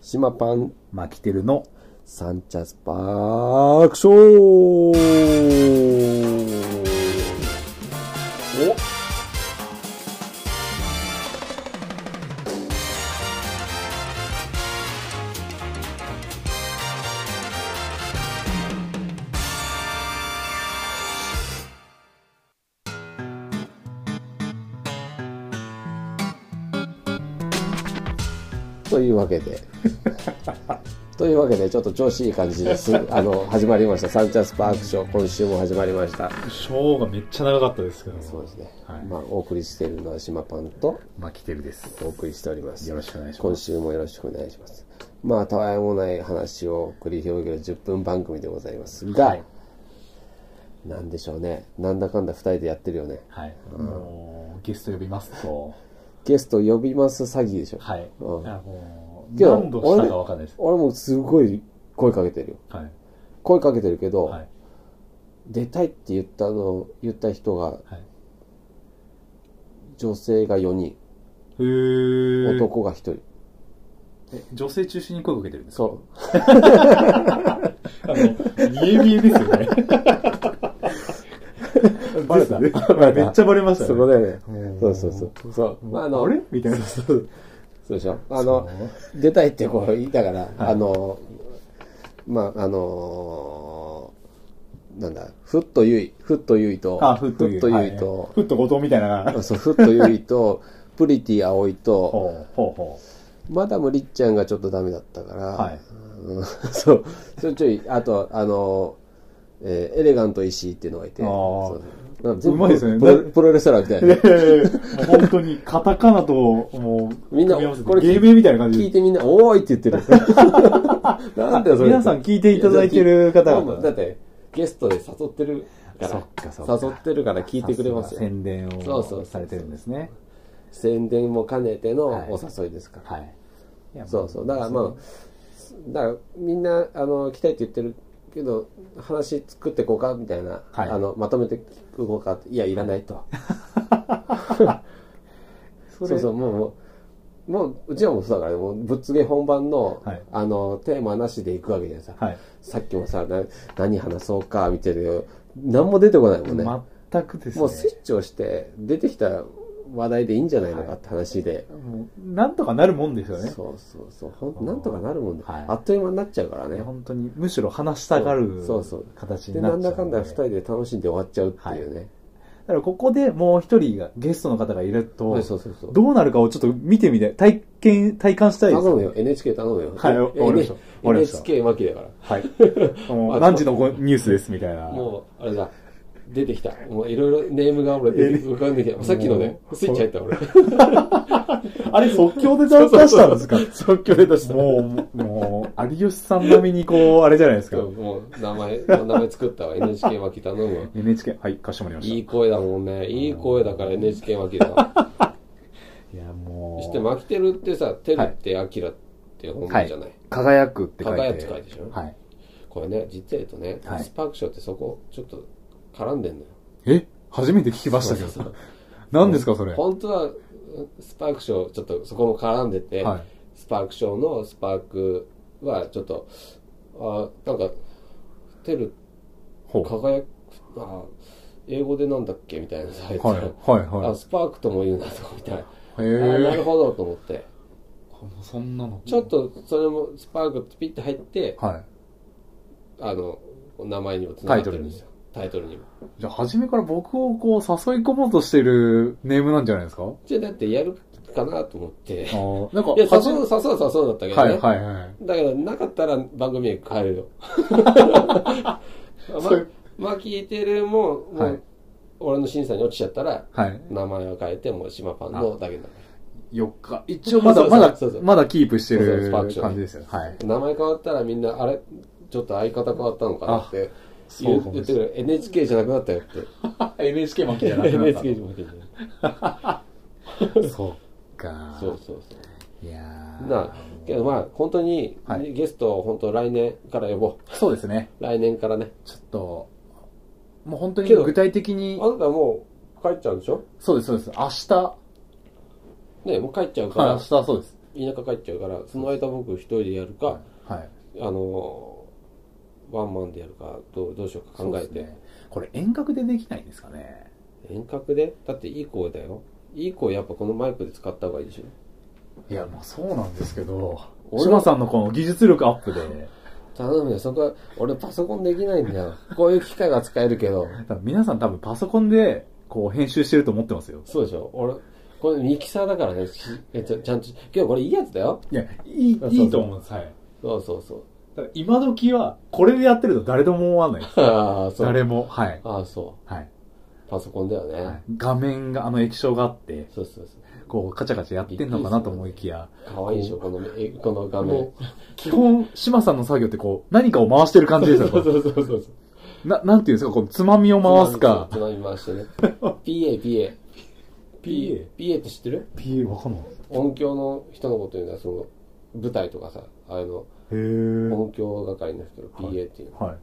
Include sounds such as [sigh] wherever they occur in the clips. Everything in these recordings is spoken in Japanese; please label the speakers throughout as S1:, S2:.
S1: 島パン、
S2: マキテルの
S1: サンチャスパークショーというわけでというわけでちょっと調子いい感
S3: [laughs]
S1: じですあの始まりましたサンチャスパークショー今週も始まりました
S3: ショーがめっちゃ長かったですけども
S1: そうですね、
S3: はい
S1: まあお送りしているのは島パンと
S2: マキテルです。
S1: お送りしております
S2: よろしくお願いします
S1: 今週もよろしくお願いしますまあたわいもない話を繰り広げる10分番組でございますが、
S2: はい
S1: なんでしょうねなんだかんだ2人でやってるよね
S2: はい。
S3: もうゲスト呼びますと
S1: ゲスト呼びます詐欺でしょ
S3: はい、
S1: うん
S3: いやもう
S1: けど
S3: 何度したかわかんないです
S1: 俺もすごい声かけてるよ
S3: はい
S1: 声かけてるけど、
S3: はい
S1: 出たいって言ったの言った人が
S3: はい
S1: 女性が4人
S3: へー
S1: 男が1人、
S3: え女性中心に声かけてるんですか
S1: そう
S3: あの見え見えですよ
S1: [laughs]
S3: ねバレためっちゃバレました
S1: そ
S3: ね
S1: こだよね
S3: うん。
S1: そうそうそう。そう。まあ、あの、
S3: あれみたいな
S1: [laughs] そうそうでしょあの、出たいってこう言ったから、あの、まあ、あの、なんだ、ふっとゆい、ふっとゆいと、
S3: あふっと言う
S1: ふっと
S3: は
S1: ゆいと、
S3: ふっと後藤みたいなほう
S1: そう、ふっとゆいと、プリティ葵
S3: [laughs]
S1: と、
S3: ほうほ
S1: マダムりっちゃんがちょっとダメだったから、
S3: はい
S1: うんそう、それちょい、あと、あの、えーエレガント石井っていうのがいて、
S3: あー
S1: そうなんか全部
S3: うまいですね
S1: プロプロレスラーみたいうな。
S3: いやいやいやもう本当にカタカナともう
S1: みんな
S3: 組み合わせて
S1: これ
S3: 芸名みたいな感じ
S1: 聞
S3: で
S1: いてみんな、おーいって言ってる。
S3: [laughs]
S1: なんだよ、それ。
S3: 皆さん聞いていただいてる方々
S1: いやだって、ゲストで誘ってるから、
S2: そっかそっか
S1: 誘ってるから聞いてくれます
S2: さ
S1: よ
S2: すが。宣伝
S1: そうそうそ
S2: を
S1: う
S2: されてるんですね。
S1: 宣伝も兼ねての
S2: はい
S1: お誘いですから。
S2: はい。いや
S1: そうそう。だからまあ、だからみんな、あの、来たいって言ってるけど、話作ってこうかみたいな、
S2: はい
S1: あの、まとめて聞こうかっていや、いらないと。
S2: れ
S1: そうそう、もう、もう、もう、うちはもうそうだから、もう、ぶっつげ本番の、
S3: はい
S1: あの、テーマなしで行くわけじゃないですか。
S3: はい
S1: さっきもさ、な何話そうか、見てるけど、何も出てこないもんね。
S3: 全くですね
S1: もうスイッチをして、出てきた話題でいいんじゃないのかって話で。
S3: もうなんとかなるもんですよね
S1: そうそうそう。ほんなんとかなるもんね、
S2: はい
S1: あっという間になっちゃうからね。
S2: 本当にむしろ話したがる
S1: そうそう
S2: 形
S1: で、
S2: になっち
S1: な
S2: ゃうんで
S1: だかんだ二人で楽しんで終わっちゃうっていうね。
S2: だからここでもう一人がゲストの方がいる
S1: は
S2: と
S1: い、そうそうそう。
S2: どうなるかをちょっと見てみたい、体験、体感したいで
S1: 頼
S2: す。
S1: むよ、NHK 頼むよ。
S3: はいわかりました
S1: N-
S3: わかりました
S1: NHK 巻きだか
S2: はい。
S1: あ [laughs]
S2: もう何時のごニュースですみたいな。
S1: ら。もう、あれだ。出てきた。もういろいろネームが俺出て浮かんできた。さっきのね、スイッチ入った俺。
S3: あれ即興で出したんですか
S1: [laughs] 即興で出した。
S2: もう、もう、有吉さん並みにこう、あれじゃないですか
S1: そ。うもう名前、もう名前作ったわ。NHK 巻き頼むわ。
S2: NHK、はい、かしこまりました。
S1: いい声だもんね。いい声だから NHK 巻きだわ。
S2: いや、もう。
S1: して、巻きてるってさ、てるってあきらって本名じゃない。
S2: 輝くって書いて。
S1: 輝くって書いてるでしょ
S2: はい。
S1: これね、実は言うとね、
S2: はい
S1: スパークショーってそこ、ちょっと絡んでんのよ。
S2: え初めて聞きましたけど。何ですか、それ。
S1: 本当は、スパークショー、ちょっとそこも絡んでて、
S2: はい
S1: スパークショーのスパークは、ちょっと、あなんか、てる、
S2: ほう
S1: 輝く、あ英語でなんだっけみたいなさ、あいつ
S2: はい、はい、は
S1: あ、スパークとも言うなと、みたいな。
S2: い。へ
S1: あなる
S2: え。
S1: ほどと思って。
S2: そんなの。
S1: ちょっと、それも、スパークってピッて入って、
S2: は
S1: あの、名前にも繋がってるんですよ。タイトルにも。
S2: い。じゃあ、初めから僕をこう、誘い込もうとしてるネームなんじゃないですかあ
S1: じゃあ、だってやるかなと思って。いや、
S2: あ、なんか、
S1: 誘う、
S2: 初
S1: 誘う、
S2: め
S1: 誘うだったけどね。
S2: はい、はい、はい。
S1: だから、なかったら番組へ帰
S2: [laughs]
S1: るよ。ま
S2: そういう、
S1: まあ、聞いてるも、もう、
S2: はい
S1: 俺の審査に落ちちゃったら、
S2: はい。
S1: 名前を変えて、もう、島パンのだけだ。
S2: 4日。一応まだ、
S1: そうそう
S2: まだ
S1: そうそう、
S2: まだキープして
S1: そうそう
S2: る
S1: スパークショーね
S2: 感じですよ。はい。
S1: 名前変わったらみんな、あれ、ちょっと相方変わったのかなって言う
S2: そうかも
S1: 言っ
S2: してれ
S1: くる。NHK じゃなくなったよって。
S2: NHK 負 [laughs] けじゃ
S1: NHK じゃなくなった。
S2: そっか。
S1: そうそうそう。
S2: いやー
S1: なあけどまあ本当に、
S2: はい
S1: ゲストを本当来年から呼ぼ
S2: そうですね。
S1: う来年からね
S2: ちょっと、もう本当に
S1: けど
S2: 具体的
S1: あ
S2: に、
S1: なたもう帰っちゃうんでしょ
S2: そうです、そうです。明日、
S1: ねもう帰っちゃうか
S2: はい、
S1: ら、
S2: 明日そうです。
S1: 田舎帰っちゃうから、その間僕一人でやるか、
S2: はい。
S1: あの、ワンマンでやるか、どうどうしようか考え
S2: そ
S1: て。
S2: うですね。これ遠隔でできないんですかね。
S1: 遠隔でだっていい声だよ。いい声やっぱこのマイクで使った方がいいでしょ。
S2: いや、まあそうなんですけど、
S1: 俺
S2: 島さんのこの技術力アップで、
S1: 頼むよ、そこは、俺パソコンできないん [laughs] だよ。こういう機械は使えるけど。
S2: 多分皆さん多分パソコンで、こう編集してると思ってますよ。
S1: そうでしょ俺、これミキサーだからね、しえちゃちゃんと、けどこれいいやつだよ。
S2: いや、いい
S1: そう、そう
S2: いいと思うんです。はい。
S1: そうそうそう。
S2: ただ今時は、これでやってると誰でも思わないです。
S1: ああ、そう。
S2: 誰も。はい。
S1: ああ、そ
S2: はい。
S1: う。パソコンだよね。
S2: はい画面が、あの液晶があって、
S1: そうそうそう。
S2: こう、カチャカチャやってんのかなと思いきや、
S1: かわいいでしょ、このえこの画面
S2: も。う基本、島さんの作業ってこう、何かを回してる感じですよ
S1: そう
S2: こ
S1: そうそうそう。
S2: う。な、なんていうんですか、こう、つまみを回すか。
S1: つまみ回してね。PA、PA。
S2: PA
S1: PA って知ってる
S2: PA わかんない。
S1: 音響の人のこと言うのは、その、舞台とかさ、あの、
S2: へー。
S1: 音響係の人の PA っていう。
S2: はい。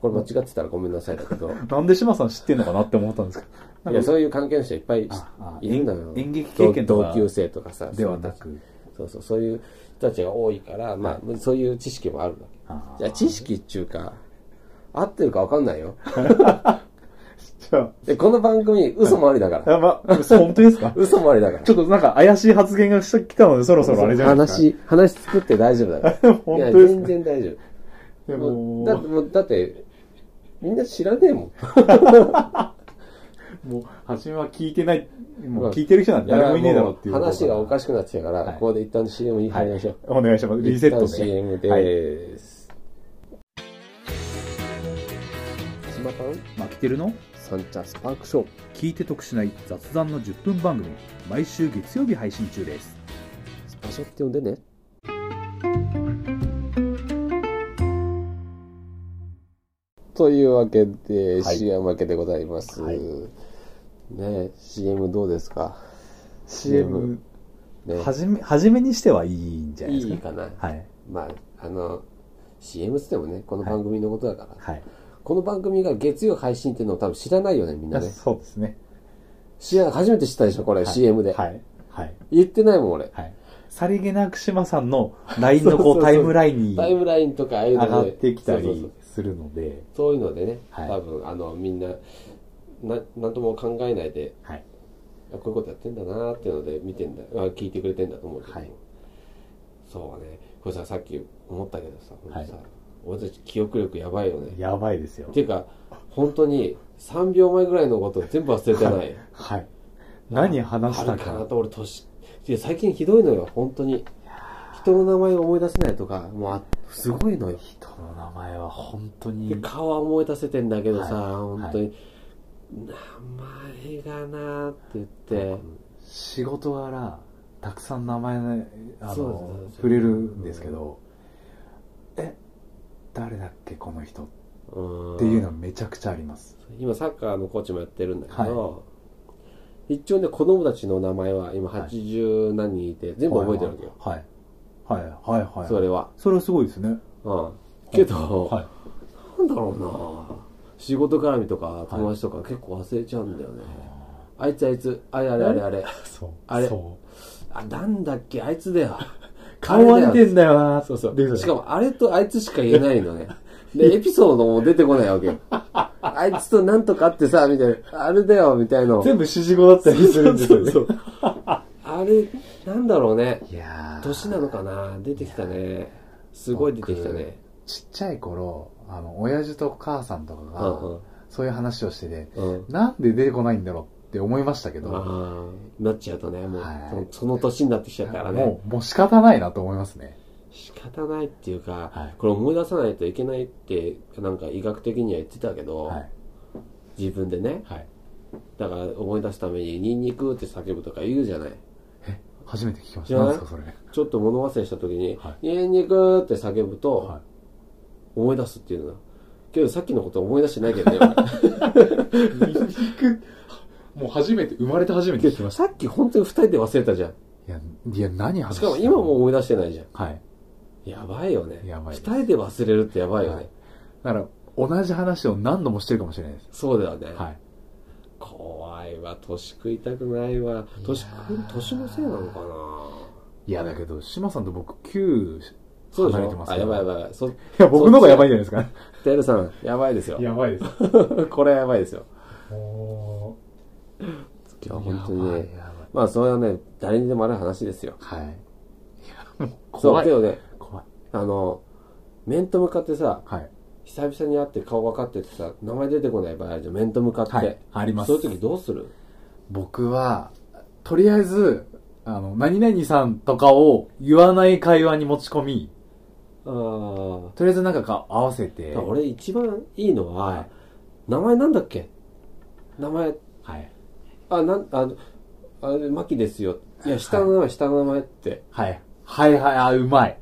S1: これ間違ってたらごめんなさいだけど。
S2: なんで島さん知ってんのかなって思ったんですけど。
S1: いや、
S2: なんか
S1: そういう関係の人いっぱい
S2: ああ
S1: いるのよ。
S2: 演演劇経験とか
S1: 同同級生とかさ。
S2: ではなく。
S1: そうそう、そういう人たちが多いから、まあ、そういう知識もあるの。
S2: あ
S1: いや、知識っていうか、合ってるか分かんないよ。
S2: じゃ
S1: で、この番組、嘘もありだから。
S2: あ、ま、 [laughs] 本当ですか
S1: 嘘もありだから。
S2: ちょっとなんか怪しい発言がしてきたので、そろそろあれじゃないですか。
S1: 話、話作って大丈夫だから。
S2: [laughs] 本
S1: いや、
S2: 当ですか
S1: 全然大丈
S2: で
S1: 夫。
S2: も
S1: もうだって、もうだって、みんな知らねえ
S2: [laughs]
S1: もん。
S2: もう、初めは聞いてない、も
S1: ま
S2: う
S1: あ
S2: 聞いてる人なんて誰もいねえだろうっていう。
S1: やも話がおか
S2: しい。
S1: しくなってきたから、
S2: はい
S1: ここで一旦 CM に入りましょう。
S2: お願いします。リセット
S1: 一旦 CM で
S2: はい。
S1: ーす。島田ん
S2: マキテルの
S1: サンチャスパークショー。
S2: 聞いて得しない雑談の10分番組、毎週月曜日配信中です。
S1: スパショって呼んでね。というわけで、
S2: はい
S1: CM 明けでございます。
S2: はい
S1: ね CM どうですか
S2: CM、
S1: ね、
S2: はじめ、はじめにしてはいいんじゃないです
S1: い
S2: か。
S1: いかな。
S2: はい。
S1: まあ、あの、CM っつってもね、この番組のことだから、
S2: はい。
S1: この番組が月曜配信っていうのを多分知らないよね、みんなね。
S2: そうですね。
S1: 知ら初めて知ったでしょ、これ、CM で、
S2: はい。はい。
S1: 言ってないもん、俺。
S2: はい。さりげなく島さんの LINE のこうタイムラインに
S1: タイムラインとかああいう
S2: 上
S1: ので
S2: がってきた
S1: そうそうそう
S2: りするので、
S1: そういうのでね、
S2: はい
S1: 多分あのみんなな何とも考えないで
S2: はい。
S1: あこういうことやってんだなーっていうので見てんだあ聞いてくれてんだと思うけど、
S2: はい
S1: そうねこれささっき思ったけどさ
S2: は
S1: 本
S2: い
S1: 当さ、俺たち記憶力やばいよね
S2: やばいですよ
S1: っ。ていうか本当に3秒前ぐらいのこと全部忘れてない、
S2: [laughs] はい。何話し
S1: あ
S2: た
S1: るかな
S2: か。
S1: と俺年いや最近ひどいのよ本当に人の名前を思い出せないとかもうあすごいのよ
S2: 人の名前は本当に
S1: で。顔は思い出せてんだけどさ、
S2: はい
S1: 本当に、名前がなーって言って、
S2: 仕事柄たくさん名前ねあ
S1: そう
S2: の
S1: です
S2: 触れるんですけど、え誰だっけこの人っ
S1: うん
S2: ていうのはめちゃくちゃあります、
S1: 今サッカーのコーチもやってるんだけど、一応ね子供たちの名前は今
S2: はい
S1: 80何人いて、全部覚えてるわけよ、
S2: はいはいはいはいはい
S1: それは、
S2: それはすごいですね
S1: うん、けど、
S2: はい
S1: なんだろうな仕事絡みとか友達とか結構忘れちゃうんだよね、あいつあいつあれあれあれあれ
S2: そう
S1: あれ
S2: そう
S1: あなんだっけあいつだよ
S2: 顔は似てんだよな
S1: そうそう。
S2: で
S1: しかも、あれとあいつしか言えない
S2: [laughs]
S1: のね。で、エピソードも出てこないわけよ。あいつとなんとかあってさ、みたいな、あれだよ、みたいな。
S2: 全部指示語だったりするんですよね
S1: そうそうあれ、なんだろうね。
S2: いやー
S1: 年なのかな出てきたね。すごい出てきたね。
S2: ちっちゃい頃あの親父と母さんとか
S1: う
S2: が、
S1: んうん
S2: そういう話をしてて、
S1: うん。
S2: なんで出てこないんだろうって思いましたけど、
S1: ああ、なっちゃうとね、もう、
S2: はい
S1: そのその年になってきちゃったからね。
S2: もう、もう仕方ないなと思いますね。
S1: 仕方ないっていうか、
S2: はい
S1: これ思い出さないといけないって、なんか医学的には言ってたけど、
S2: はい。
S1: 自分でね。
S2: はい。
S1: だから思い出すために、ニンニクって叫ぶとか言うじゃない。
S2: 初めて聞きまし
S1: 知
S2: た。
S1: ら
S2: 何
S1: な
S2: で
S1: い
S2: すか、それ。
S1: ちょっと物忘れした時に、
S2: は
S1: ニンニクって叫ぶ
S2: は
S1: と
S2: い、
S1: 思い出すっていうのだ。けどさっきのこと思い出してないけどね。
S2: [laughs] もう初めて、生まれて初めて聞き
S1: 俺
S2: ま
S1: [laughs]
S2: し
S1: さっき本当に二人で忘れたじゃん。
S2: た。いや、いや、何話
S1: し
S2: し
S1: かも
S2: て
S1: 今も。思い出してないじゃ
S2: は
S1: ん。
S2: い。
S1: やばいよね。
S2: やばい
S1: 二
S2: です
S1: 人で忘れるってやばいよね。
S2: はいだから、同じ話を何度もしてるかもしれないです。
S1: そうだよね。
S2: はい。
S1: 怖いわ。年食いたくないわ。年食う、年のせいなのか
S2: いや、だけど、島さんと僕9
S1: そうでし
S2: 離れてま
S1: ょ
S2: す
S1: あ、
S2: から
S1: やばいやばいやばい。そい
S2: いや、僕の方がやばいんじゃないですか。
S1: テルさん、やばいですよ。
S3: やばいです。
S1: これはやばいですよ。
S3: も
S1: いや、本当に
S2: やば
S1: ね
S2: い。や
S1: まあ、それはね、誰にでもある話ですよ。
S2: ばいはい。いや、もう
S1: そう、
S2: 怖
S1: け
S2: い。
S1: どね、
S2: 怖い。
S1: あの、面と向かってさ、
S2: はい。
S1: 久々に会って顔分かっててさ、名前出てこない場合あるじゃん、面と向かって。
S2: はい。あります。
S1: そういう時どうする
S2: 僕は、とりあえず、あの、何々さんとかを言わない会話に持ち込み、
S1: ああ。
S2: とりあえずなんかか合わせて、は
S1: 俺一番いいのは、
S2: はい
S1: 名前なんだっけ名前、
S2: い。
S1: あ、なん、あの、あれ、マキですよ。いや、下の名前、下の名前って。
S2: はい。はいはい、あ、うまい。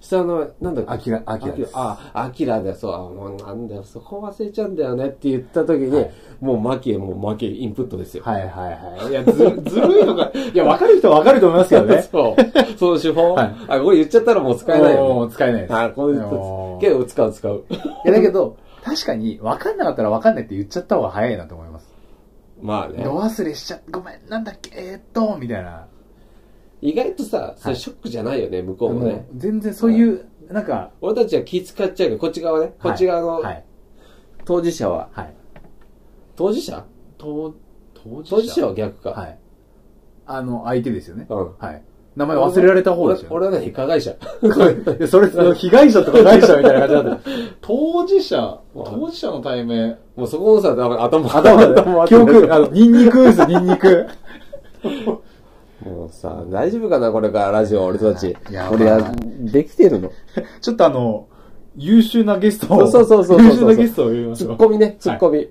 S1: 下の名前、なんだっけ
S2: あきら、あきらです。
S1: あ、アキラだ、そう、あもうなんだよ、そこ忘れちゃうんだよねって言った時に、もうマキへ、もうマキへインプットですよ。。
S2: はいはいはい。いや、ず、ずるいのか。いや、わかる人はわかると思いますけどね
S1: そう。その手法、
S2: はい
S1: あ、これ言っちゃったらもう使えない
S2: も
S1: よ、
S2: う使えない
S1: ね。
S2: です。
S1: あ、これ
S2: あのー
S1: けど使う使う。
S2: いや、だけど、確かに、わかんなかったらわかんないって言っちゃった方が早いなと思います。
S1: まあね。
S2: ど忘れしちゃ、ごめん、なんだっけ、えーっと、みたいな。
S1: 意外とさ、それショックじゃないよね、向こうもね
S2: も。う全然そういう、なんか、
S1: 俺たちは気使っちゃうけど、こっち側ね。こっち側の、
S2: はい。
S1: 当事者は、
S2: はい。
S1: 当事者
S3: う、当、
S1: 当
S3: 当
S1: 事
S3: 事
S1: 者
S3: 者
S1: は逆か。
S2: はい。あの、相手ですよね。
S1: うん。
S2: はい。名前忘れられた方ですよ、ね。
S1: 俺俺はね、加害者。 [laughs]
S2: 俺、それ、その被害者とか被害者みたいな感じなんで。
S3: 当事者、当事者の対面。
S1: もうそこのさ、だから頭、
S2: 頭で、記憶、あの、ニンニクです、ニンニク。
S1: もうさ、大丈夫かなこれからラジオ、俺たち
S2: いや。
S1: 俺
S2: ま
S1: や
S2: あ、
S1: できてるの
S2: ちょっとあの、優秀なゲストを、
S1: そうそうそうそうそう
S2: 優秀なゲストを呼びまし
S1: ツ
S2: ょ
S1: ッ
S2: う。
S1: コミね、ツッコミ。
S3: い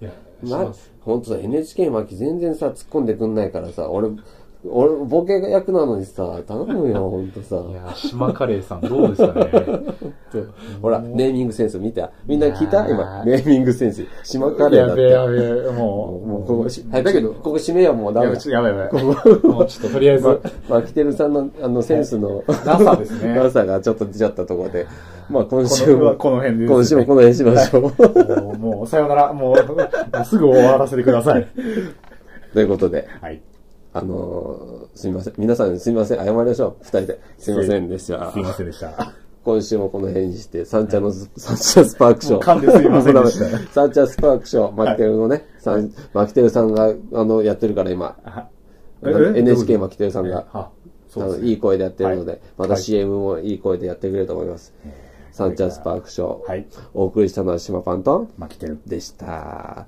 S3: や、し
S1: ま
S3: ます。、
S1: ほんとさ、NHK 巻き全然さ、突っ込んでくんないからさ、俺、俺、ボケ役なのにさ、頼む
S2: [laughs]
S1: よ、ほんとさ。
S2: いや、島カレーさんどうですかね。
S1: ほら、ネーミングセンス見たみんな聞いた
S2: いやー
S1: 今、ネーミングセンス。島カレーだって。
S2: やべえやべえ、もう。
S1: もう、ここ、し早く
S2: だけど
S1: ここ締めよう、もうダ
S2: い
S1: メ
S2: や、
S1: だ
S2: ちょっ。とやばいやばい。もうちょっととりあえず、
S1: まあ、キテルさんの、あの、センスの、
S2: なさです
S1: [laughs]
S2: ね。
S1: 長さがちょっと出ちゃったところで、まあ、今
S2: こ
S1: 週
S2: の
S1: も、
S2: この辺で
S1: 今週もこの辺にしましょう。 [laughs]
S2: もう、もうさよなら、もう、もうすぐ終わらせてください。
S1: ということで、
S2: はい。
S1: あのーすみません。皆さんすみません。謝りましょう。二人で。すみませんでした
S2: すい。ませんでした。
S1: 今週もこの辺にして、サンチャの、サンチャスパ [laughs] ークショー。
S2: もう噛んですいませんでした
S1: [laughs] サンチャスパークショー、マキテルのね、さんマキテルさんが、あの、やってるから今、あの NHK マキテルさんが、
S2: あ、
S1: あ
S2: そうで
S1: の
S2: す
S1: い
S2: ね
S1: い。声でやってるの
S2: は
S1: で
S2: い、
S1: また
S2: はい
S1: CM もいい声でやってくれると思います。サンチャスパークショ
S2: は
S1: ー
S2: い。
S1: お送りしたのは島パンと、
S2: まあ、来てる。
S1: でした。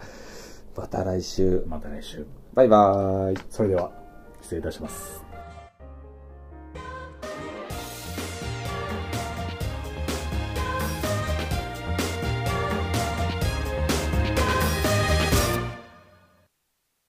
S1: また来週。
S2: また来週。
S1: バイバーイ。
S2: それでは、失礼いたします。